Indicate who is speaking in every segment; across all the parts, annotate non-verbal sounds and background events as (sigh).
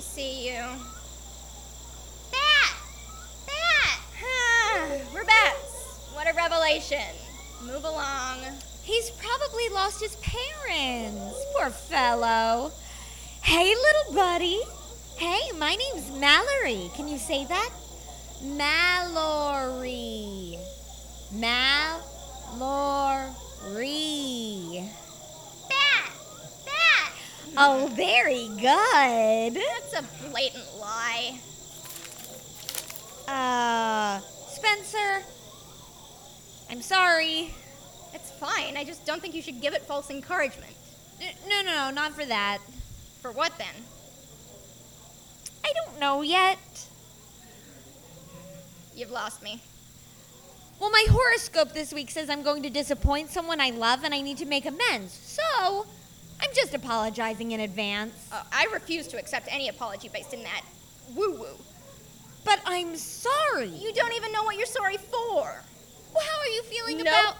Speaker 1: see you.
Speaker 2: Bat! Bat!
Speaker 1: We're bats. (sighs) What a revelation. Move along.
Speaker 2: He's probably lost his parents. Poor fellow. Hey, little buddy. Hey, my name's Mallory. Can you say that? Mallory. Mallory. Bat! Bat! Oh, very good.
Speaker 1: That's a blatant lie.
Speaker 2: Uh, Spencer. I'm sorry.
Speaker 1: It's fine. I just don't think you should give it false encouragement.
Speaker 2: N- No, no, no, not for that.
Speaker 1: For what then?
Speaker 2: I don't know yet.
Speaker 1: You've lost me.
Speaker 2: Well, my horoscope this week says I'm going to disappoint someone I love and I need to make amends. So, I'm just apologizing in advance.
Speaker 1: Uh, I refuse to accept any apology based in that woo woo.
Speaker 2: But I'm sorry.
Speaker 1: You don't even know what you're sorry for.
Speaker 2: Well, how are you feeling
Speaker 1: Nope.
Speaker 2: about.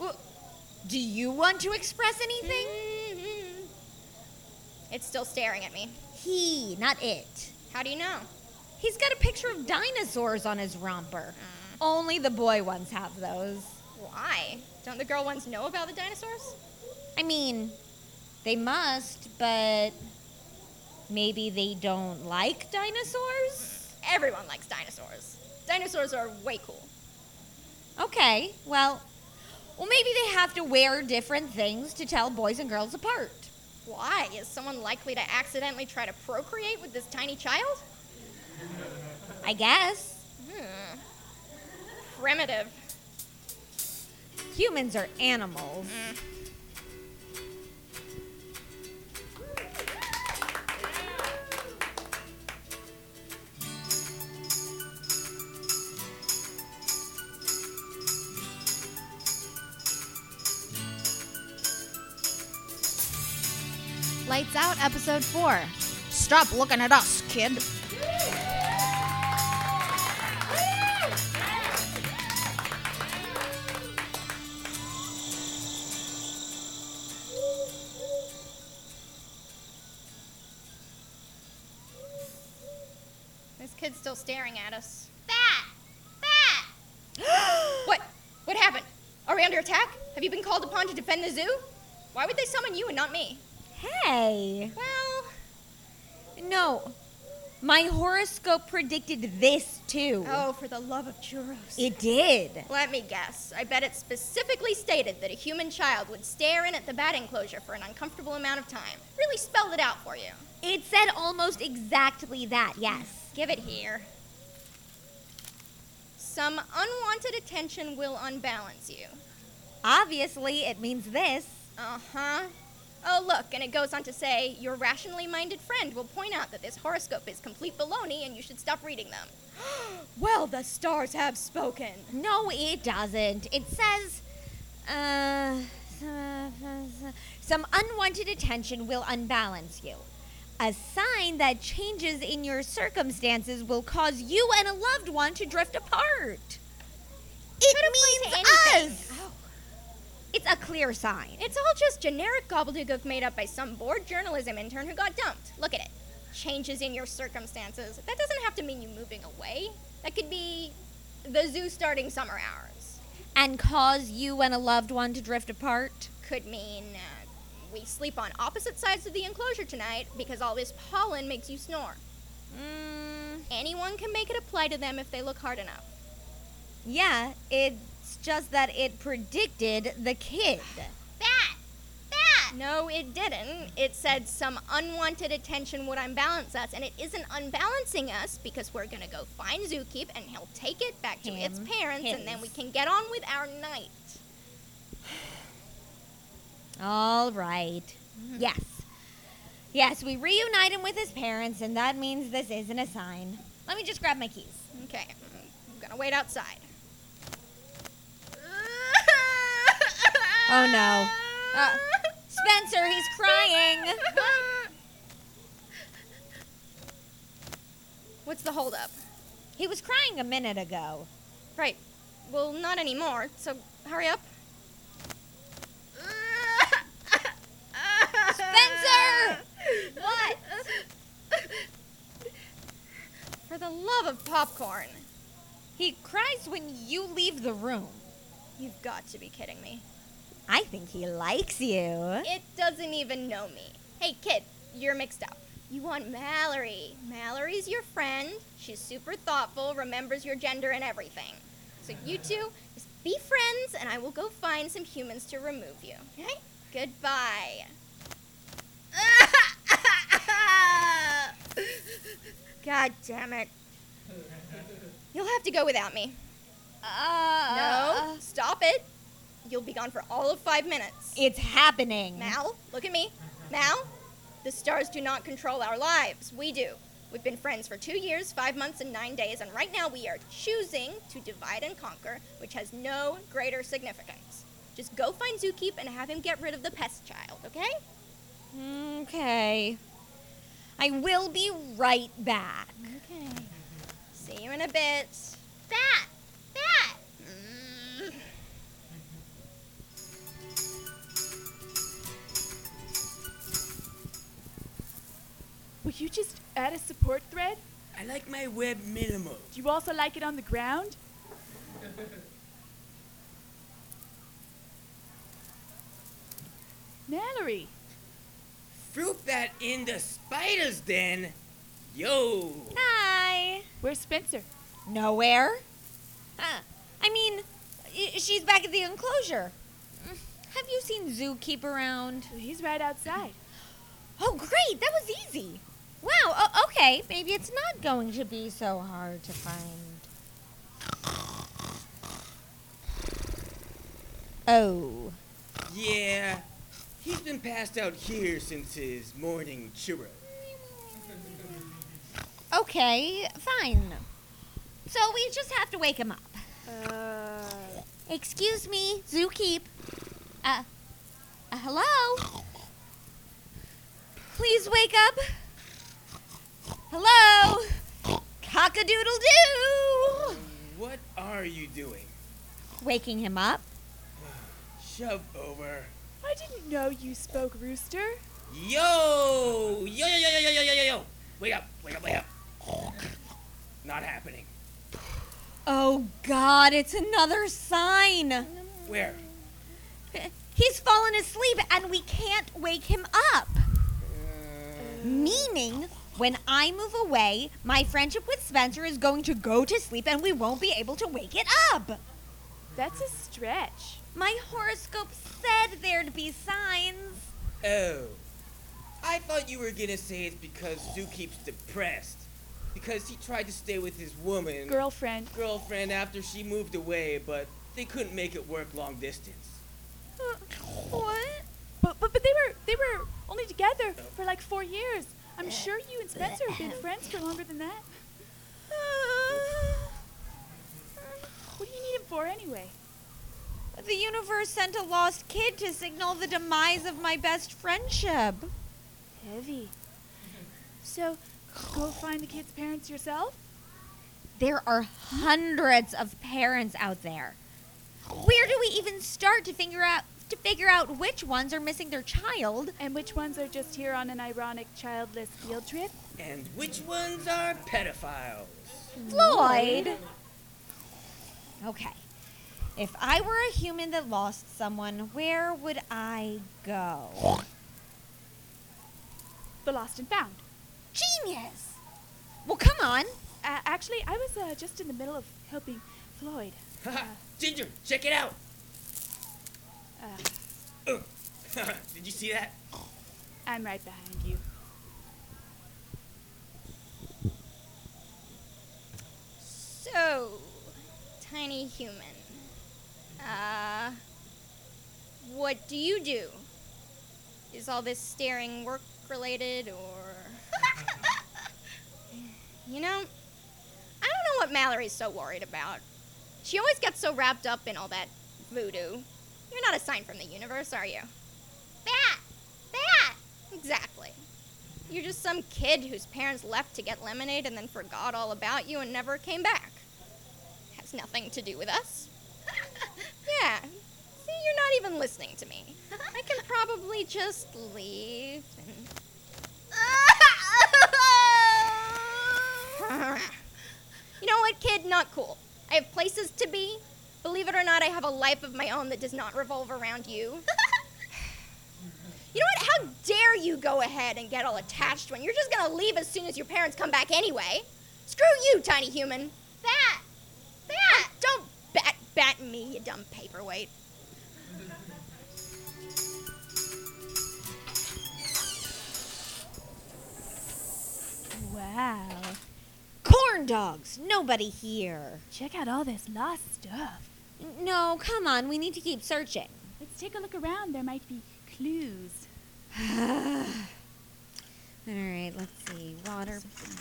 Speaker 2: Well, do you want to express anything?
Speaker 1: Mhm. It's still staring at me.
Speaker 2: Hmm? He, not it.
Speaker 1: How do you know?
Speaker 2: He's got a picture of dinosaurs on his romper. Only the boy ones have those.
Speaker 1: Why? Don't the girl ones know about the dinosaurs?
Speaker 2: I mean, they must, but maybe they don't like dinosaurs?
Speaker 1: Everyone likes dinosaurs. Dinosaurs are way cool.
Speaker 2: Okay, well, well, maybe they have to wear different things to tell boys and girls apart.
Speaker 1: Why? Is someone likely to accidentally try to procreate with this tiny child?
Speaker 2: I guess.
Speaker 1: Hmm. Primitive.
Speaker 2: Humans are animals.
Speaker 3: Lights Out, Episode 4. Stop looking at us, kid.
Speaker 1: This kid's still staring at us.
Speaker 2: Bat! Bat!
Speaker 1: (gasps) What? What happened? Are we under attack? Have you been called upon to defend the zoo? Why would they summon you and not me?
Speaker 2: Hey!
Speaker 1: Well,
Speaker 2: No, my horoscope predicted this too.
Speaker 1: oh, for the love of churros.
Speaker 2: It did.
Speaker 1: Let me guess. I bet it specifically stated that a human child would stare in at the bat enclosure for an uncomfortable amount of time. Really spelled it out for you.
Speaker 2: It said almost exactly that, yes.
Speaker 1: Give it here. Some unwanted attention will unbalance you.
Speaker 2: Obviously, it means this.
Speaker 1: Uh huh. Oh, look, and it goes on to say your rationally minded friend will point out that this horoscope is complete baloney and you should stop reading them. (gasps) well, the stars have spoken.
Speaker 2: No, it doesn't. It says, uh, some unwanted attention will unbalance you. A sign that changes in your circumstances will cause you and a loved one to drift apart. It means us. It's a clear sign.
Speaker 1: It's all just generic gobbledygook made up by some bored journalism intern who got dumped. Look at it. Changes in your circumstances. That doesn't have to mean you moving away. That could be the zoo starting summer hours.
Speaker 2: And cause you and a loved one to drift apart.
Speaker 1: Could mean uh, we sleep on opposite sides of the enclosure tonight because all this pollen makes you snore.
Speaker 2: Mm,
Speaker 1: Anyone can make it apply to them if they look hard enough.
Speaker 2: yeah, it's just that it predicted the kid.
Speaker 1: Bat! Bat! No, it didn't. It said some unwanted attention would unbalance us, and it isn't unbalancing us because we're gonna go find Zookeep and he'll take it back to its
Speaker 2: Him.
Speaker 1: parents, and then we
Speaker 2: His.
Speaker 1: can get on with our night.
Speaker 2: All right. Yes. Yes, we reunite him with his parents, and that means this isn't a sign. Let me just grab my keys.
Speaker 1: Okay, I'm gonna wait outside.
Speaker 2: Oh,
Speaker 1: (laughs)
Speaker 2: no. Uh, Spencer, he's crying.
Speaker 1: What's the holdup?
Speaker 2: He was crying a minute ago.
Speaker 1: Right. Well, not anymore, so hurry up.
Speaker 2: Spencer!
Speaker 1: What? the love of popcorn.
Speaker 2: He cries when you leave the room.
Speaker 1: You've got to be kidding me.
Speaker 2: I think he likes you.
Speaker 1: It doesn't even know me. Hey, kid, you're mixed up. You want Mallory. Mallory's your friend. She's super thoughtful, remembers your gender and everything. So you two, just be friends, and I will go find some humans to remove you. Okay? Goodbye. (laughs) God damn it. You'll have to go without me.
Speaker 2: Uh,
Speaker 1: No, stop it. You'll be gone for all of five minutes.
Speaker 2: It's happening.
Speaker 1: Mal, look at me. Mal, the stars do not control our lives. We do. We've been friends for two years, five months, and nine days, and right now we are choosing to divide and conquer, which has no greater significance. Just go find Zookeep and have him get rid of the pest child, okay?
Speaker 2: Okay. I will be right back.
Speaker 1: Okay. See you in a bit. Bat! Bat! Mm.
Speaker 4: Would you just add a support thread?
Speaker 5: I like my web minimal.
Speaker 4: Do you also like it on the ground? Mallory,
Speaker 5: Fruit that in the spider's den. Yo!
Speaker 2: Hi.
Speaker 4: where's Spencer?
Speaker 2: Nowhere? Huh. I mean, i- she's back at the enclosure. Mm, Have you seen Zookeep around?
Speaker 4: Oh, He's right outside.
Speaker 2: Oh, great. That was easy. Wow. O- okay. Maybe it's not going to be so hard to find. Oh.
Speaker 5: Yeah. He's been passed out here since his morning churro.
Speaker 2: Okay. Fine. So we just have to wake him up.
Speaker 4: Uh,
Speaker 2: Excuse me, zookeep. Uh, uh, hello? Please wake up. Hello? Cock-a-doodle-doo!
Speaker 5: What are you doing?
Speaker 2: Waking him up?
Speaker 5: Shove over.
Speaker 4: I didn't know you spoke rooster.
Speaker 5: Yo! Yo, yo, yo, yo, yo, yo, yo, yo! Wake up, wake up, wake up. Not happening.
Speaker 2: Oh god, it's another sign.
Speaker 5: Where?
Speaker 2: He's fallen asleep and we can't wake him up. Meaning, when I move away, my friendship with Spencer is going to go to sleep and we won't be able to wake it up.
Speaker 4: That's a stretch.
Speaker 2: My horoscope said there'd be signs.
Speaker 5: Oh. I thought you were gonna say it's because Zookeep's depressed. Because he tried to stay with his woman.
Speaker 4: Girlfriend,
Speaker 5: girlfriend after she moved away, but they couldn't make it work long distance.
Speaker 2: What?
Speaker 4: But, but but they were they were only together for like four years. I'm sure you and Spencer have been friends for longer than that. What do you need him for anyway?
Speaker 2: The universe sent a lost kid to signal the demise of my best friendship.
Speaker 4: Heavy. So go find the kid's parents yourself.
Speaker 2: There are hundreds of parents out there. Where do we even start to figure out to figure out which ones are missing their child?
Speaker 4: And which ones are just here on an ironic childless field trip?
Speaker 5: And which ones are pedophiles?
Speaker 2: Floyd. Okay. If I were a human that lost someone, where would I go?
Speaker 4: The lost and found.
Speaker 2: Genius. Well, come on.
Speaker 4: Uh, actually, I was uh, just in the middle of helping Floyd.
Speaker 5: Haha, Ginger, check it out!
Speaker 4: Uh,
Speaker 5: Ugh. (laughs) Did you see that?
Speaker 4: I'm right behind you.
Speaker 1: So, tiny human. Uh, what do you do? Is all this staring work related or. (laughs) you know, I don't know what Mallory's so worried about. She always gets so wrapped up in all that voodoo. You're not a sign from the universe, are you? Bat! Bat! Exactly. You're just some kid whose parents left to get lemonade and then forgot all about you and never came back. Has nothing to do with us. (laughs) yeah. See, you're not even listening to me. I can probably just leave (laughs) and. Kid, not cool. I have places to be. Believe it or not, I have a life of my own that does not revolve around you. (laughs) you know what? How dare you go ahead and get all attached when you're just gonna leave as soon as your parents come back anyway? Screw you, tiny human. That! That! Don't bat bat me, you dumb paperweight.
Speaker 4: Wow.
Speaker 2: Corn dogs. Nobody here.
Speaker 4: Check out all this lost stuff.
Speaker 2: No, come on. We need to keep searching.
Speaker 4: Let's take a look around. There might be clues.
Speaker 2: All right, let's see. Water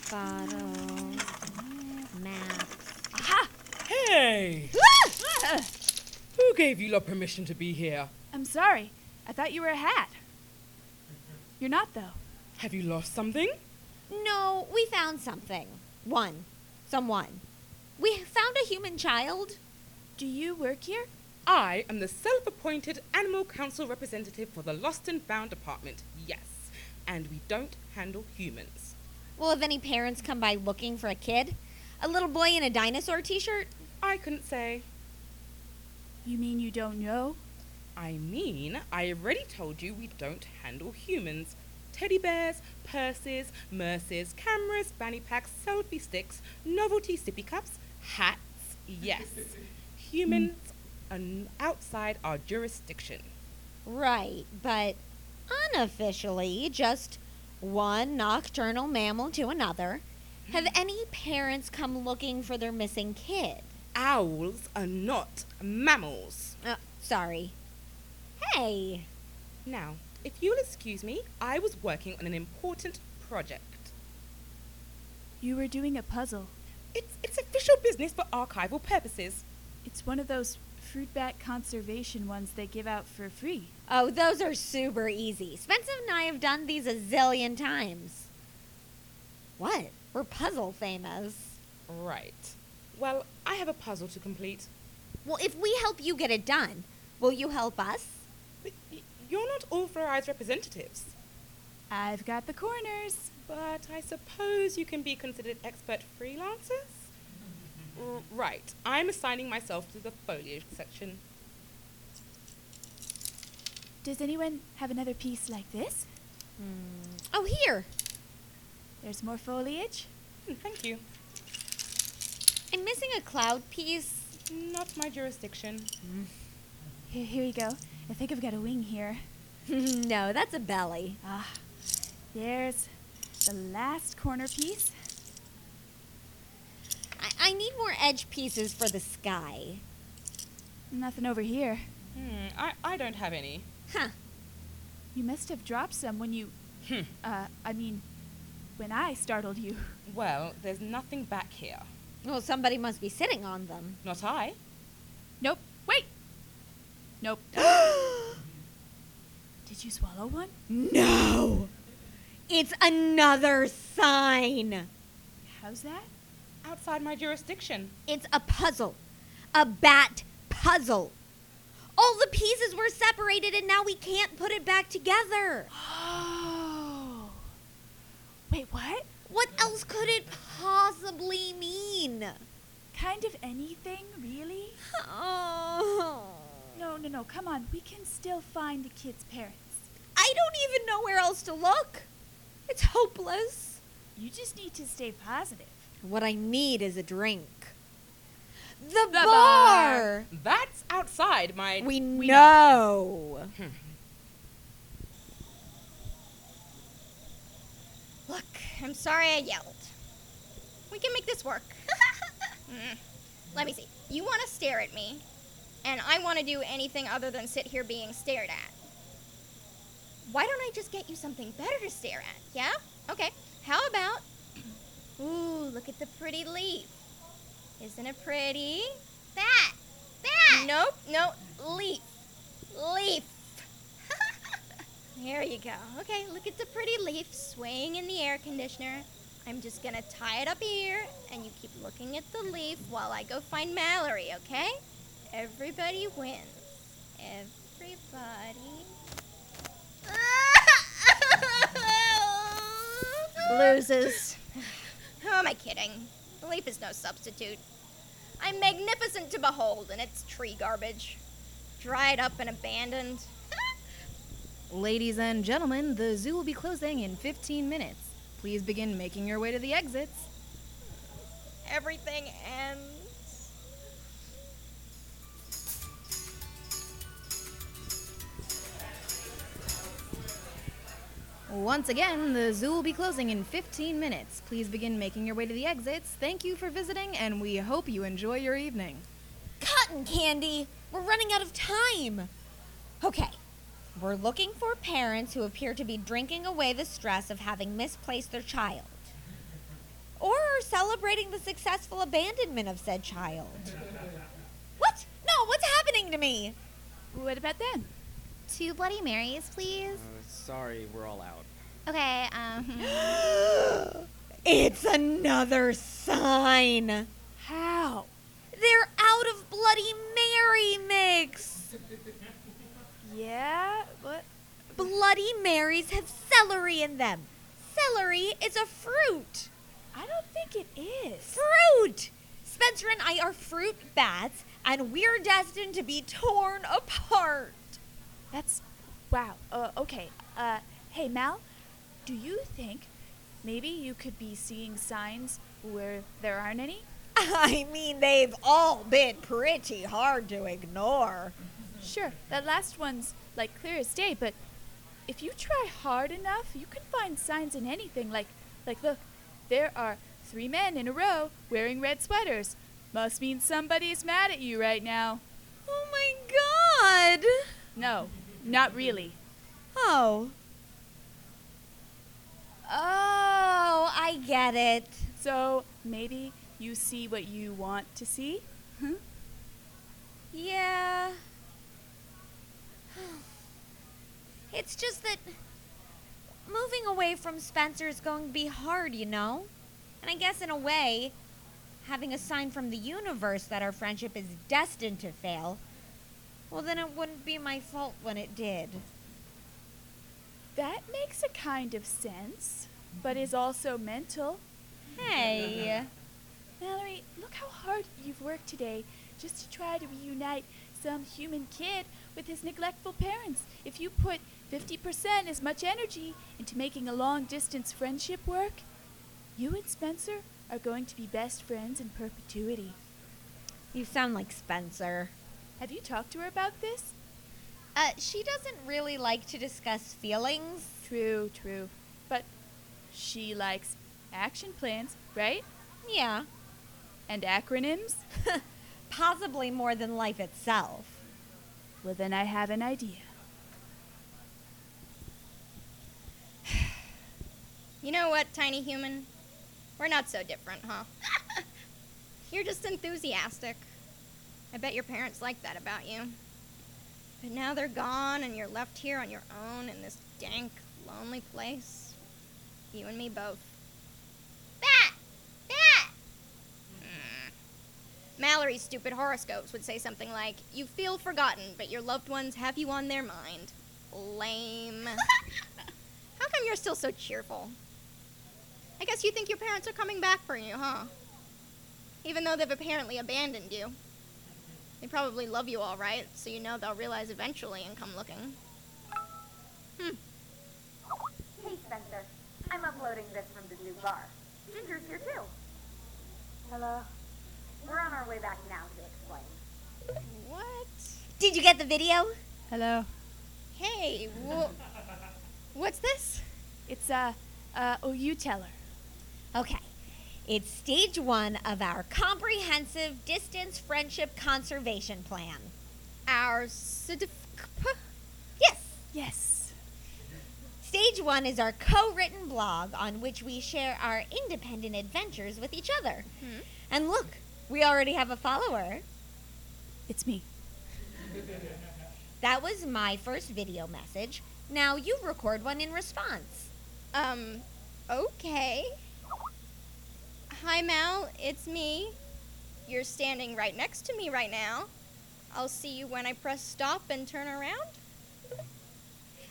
Speaker 2: bottle, map.
Speaker 4: Aha!
Speaker 6: Hey!
Speaker 4: Ah!
Speaker 6: Who gave you lot permission to be here?
Speaker 4: I'm sorry. I thought you were a hat. You're not, though.
Speaker 6: Have you lost something?
Speaker 2: (gasps) No, we found something. One. Someone. We found a human child.
Speaker 4: Do you work here?
Speaker 6: I am the self appointed Animal Council representative for the Lost and Found Department, yes. And we don't handle humans.
Speaker 2: Well, have any parents come by looking for a kid? A little boy in a dinosaur t shirt?
Speaker 6: I couldn't say.
Speaker 4: You mean you don't know?
Speaker 6: I mean, I already told you we don't handle humans. Teddy bears, purses, merces, cameras, fanny packs, selfie sticks, novelty sippy cups, hats, yes. Humans are n- outside our jurisdiction.
Speaker 2: Right, but unofficially, just one nocturnal mammal to another. Have any parents come looking for their missing kid?
Speaker 6: Owls are not mammals.
Speaker 2: Uh, sorry. Hey,
Speaker 6: Now, if you'll excuse me, I was working on an important project.
Speaker 4: You were doing a puzzle.
Speaker 6: It's, it's official business for archival purposes.
Speaker 4: It's one of those fruit bat conservation ones they give out for free.
Speaker 2: Oh, those are super easy. Spencer and I have done these a zillion times. What? We're puzzle famous.
Speaker 6: Right. Well, I have a puzzle to complete.
Speaker 2: Well, if we help you get it done, will you help us?
Speaker 6: But y- you're not authorized representatives.
Speaker 4: I've got the corners.
Speaker 6: But I suppose you can be considered expert freelancers? R- right. I'm assigning myself to the foliage section.
Speaker 4: Does anyone have another piece like this?
Speaker 2: Oh, here.
Speaker 4: There's more foliage.
Speaker 6: Hmm, Thank you.
Speaker 2: I'm missing a cloud piece. (laughs)
Speaker 6: Not my jurisdiction.
Speaker 4: Here, here you go. I think I've got a wing here.
Speaker 2: no, that's a belly.
Speaker 4: Ah, there's the last corner piece.
Speaker 2: I, I need more edge pieces for the sky.
Speaker 4: Nothing over here.
Speaker 6: Hmm, I, I don't have any.
Speaker 2: Huh.
Speaker 4: You must have dropped some when you.
Speaker 6: Hmm.
Speaker 4: Uh, I mean, when I startled you. (laughs)
Speaker 6: Well, there's nothing back here.
Speaker 2: Well, somebody must be sitting on them.
Speaker 6: Not I.
Speaker 4: Nope. Wait! Nope. Did you swallow one?
Speaker 2: No! It's another sign.
Speaker 4: How's that? (gasps)
Speaker 6: Outside my jurisdiction.
Speaker 2: It's a puzzle. A bat puzzle. All the pieces were separated and now we can't put it back together.
Speaker 4: Oh. Wait, what?
Speaker 2: What else could it possibly mean? (sighs)
Speaker 4: Kind of anything, really?
Speaker 2: Oh.
Speaker 4: No, no, no. Come on. We can still find the kid's parents.
Speaker 2: I don't even know where else to look. It's hopeless.
Speaker 4: You just need to stay positive.
Speaker 2: What I need is a drink. The, bar.
Speaker 4: bar.
Speaker 6: That's outside my.
Speaker 2: We,
Speaker 4: We
Speaker 2: know.
Speaker 1: Look, I'm sorry I yelled. We can make this work. (laughs) Mm. Let me see. You want to stare at me, and I want to do anything other than sit here being stared at. Why don't I just get you something better to stare at? Yeah? Okay. How about. (clears throat) Ooh, look at the pretty leaf. Isn't it pretty? That! That! Nope, no. Leaf. Leaf. (laughs) There you go. Okay, look at the pretty leaf swaying in the air conditioner. I'm just gonna tie it up here, and you keep looking at the leaf while I go find Mallory, okay? Everybody wins. Everybody. Loses. Who am I kidding? Relief is no substitute. I'm magnificent to behold, and it's tree garbage. Dried up and abandoned. (laughs)
Speaker 3: Ladies and gentlemen, the zoo will be closing in 15 minutes. Please begin making your way to the exits.
Speaker 1: Everything ends.
Speaker 3: Once again, the zoo will be closing in 15 minutes. Please begin making your way to the exits. Thank you for visiting, and we hope you enjoy your evening.
Speaker 2: Cotton candy! We're running out of time! Okay, we're looking for parents who appear to be drinking away the stress of having misplaced their child. Or are celebrating the successful abandonment of said child. What? No, what's happening to me? (gasps)
Speaker 4: What about them?
Speaker 7: Two Bloody Marys, please.
Speaker 5: sorry, we're all out.
Speaker 7: Okay, um,
Speaker 2: It's another sign!
Speaker 4: How?
Speaker 2: They're out of Bloody Mary mix!
Speaker 4: Yeah, what?
Speaker 2: Bloody Marys have celery in them. Celery is a fruit.
Speaker 4: I don't think it is.
Speaker 2: Fruit! Spencer and I are fruit bats, and we're destined to be torn apart. (laughs)
Speaker 4: That's wow. Uh, okay. Uh, hey Mal, do you think maybe you could be seeing signs where there aren't any?
Speaker 2: I mean, they've all been pretty hard to ignore.
Speaker 4: Sure, that last one's like clear as day, but if you try hard enough, you can find signs in anything. Like, like look, there are three men in a row wearing red sweaters. Must mean somebody's mad at you right now.
Speaker 2: Oh my god!
Speaker 4: No, not really.
Speaker 2: Oh. Oh, I get it.
Speaker 4: So maybe you see what you want to see.
Speaker 2: Yeah. It's just that moving away from Spencer is going to be hard, you know? And I guess in a way, having a sign from the universe that our friendship is destined to fail, well, then it wouldn't be my fault when it did.
Speaker 4: That makes a kind of sense, but is also mental.
Speaker 2: Hey.
Speaker 4: Mallory, look how hard you've worked today just to try to reunite some human kid with his neglectful parents. If you put 50% as much energy into making a long distance friendship work, you and Spencer are going to be best friends in perpetuity.
Speaker 2: (laughs) You sound like Spencer.
Speaker 4: Have you talked to her about this?
Speaker 2: Uh, she doesn't really like to discuss feelings.
Speaker 4: True, true. But she likes action plans, right?
Speaker 2: Yeah,
Speaker 4: And acronyms?
Speaker 2: possibly more than life itself.
Speaker 4: Well, then I have an idea.
Speaker 1: You know what, tiny human? We're not so different, huh? (laughs) You're just enthusiastic. I bet your parents like that about you. But now they're gone, and you're left here on your own in this dank, lonely place. You and me both. Bat! Bat! Hmm. Mallory's stupid horoscopes would say something like, You feel forgotten, but your loved ones have you on their mind. Lame. How come you're still so cheerful? I guess you think your parents are coming back for you, huh? Even though they've apparently abandoned you. They probably love you all right, so you know they'll realize eventually and come looking.
Speaker 8: Hey, Spencer. I'm uploading this from the new bar. Ginger's here too. Hello. We're on our way back now to explain.
Speaker 1: What?
Speaker 2: Did you get the video?
Speaker 3: Hello.
Speaker 1: Hey, wh- what's this?
Speaker 4: It's uh, uh, oh, you tell her.
Speaker 2: Okay. It's stage one of our comprehensive distance friendship conservation plan.
Speaker 1: Our certificate.
Speaker 2: Yes.
Speaker 4: Yes.
Speaker 2: Stage one is our co written blog on which we share our independent adventures with each other. And look, we already have a follower.
Speaker 4: It's me.
Speaker 2: That was my first video message. Now you record one in response.
Speaker 1: Um, okay. Hi, Mal. It's me. You're standing right next to me right now. I'll see you when I press stop and turn around.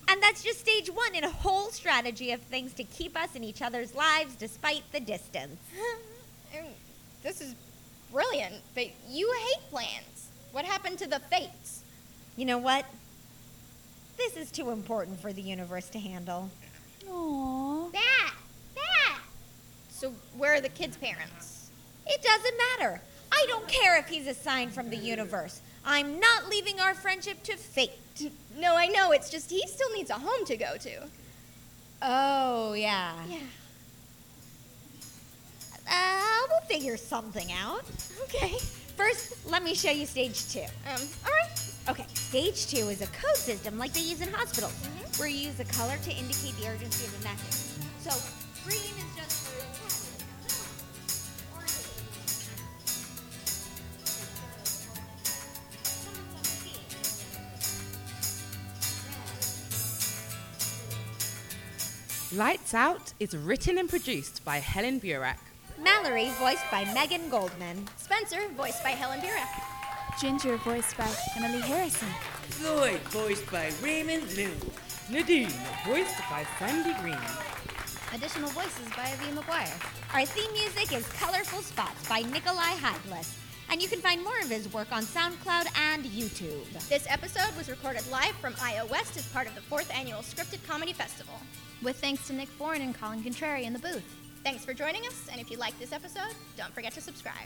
Speaker 2: And that's just stage one in a whole
Speaker 1: (laughs)
Speaker 2: strategy of things to keep us in each other's lives despite the distance.
Speaker 1: Um, this is brilliant, but you hate plans. What happened to the fates?
Speaker 2: You know what? This is too important for the universe to handle.
Speaker 4: Aww.
Speaker 1: That! That! So, where are the kids' parents?
Speaker 2: It doesn't matter. I don't care if he's a sign from the universe. I'm not leaving our friendship to fate.
Speaker 1: No, I know, it's just he still needs a home to go to.
Speaker 2: Oh, yeah.
Speaker 1: Yeah.
Speaker 2: Uh, we'll figure something out.
Speaker 1: Okay.
Speaker 2: First, let me show you stage two.
Speaker 1: Um, alright.
Speaker 2: Okay, stage two is a code system like they use in hospitals,
Speaker 8: Mm-hmm.
Speaker 2: where you use a color to indicate the urgency of a message. So, green is just for attack. Orange is for attack. Someone's on the team.
Speaker 6: Lights Out is written and produced by Helen Burek.
Speaker 2: Mallory, voiced by Megan Goldman.
Speaker 1: Spencer, voiced by Helen Burek.
Speaker 4: Ginger, voiced by Emily Harrison.
Speaker 5: Floyd, voiced by Raymond Liu.
Speaker 6: Nadine, voiced by Sandy Green.
Speaker 7: Additional voices by V. McGuire.
Speaker 2: Our theme music is Colorful Spots by Nikolai Heidless. And you can find more of his work on SoundCloud and YouTube.
Speaker 1: This episode was recorded live from IO West as part of the fourth annual Scripted Comedy Festival.
Speaker 7: With thanks to Nick Foran and Colin Contrary in the booth.
Speaker 1: Thanks for joining us, and if you like this episode, don't forget to subscribe.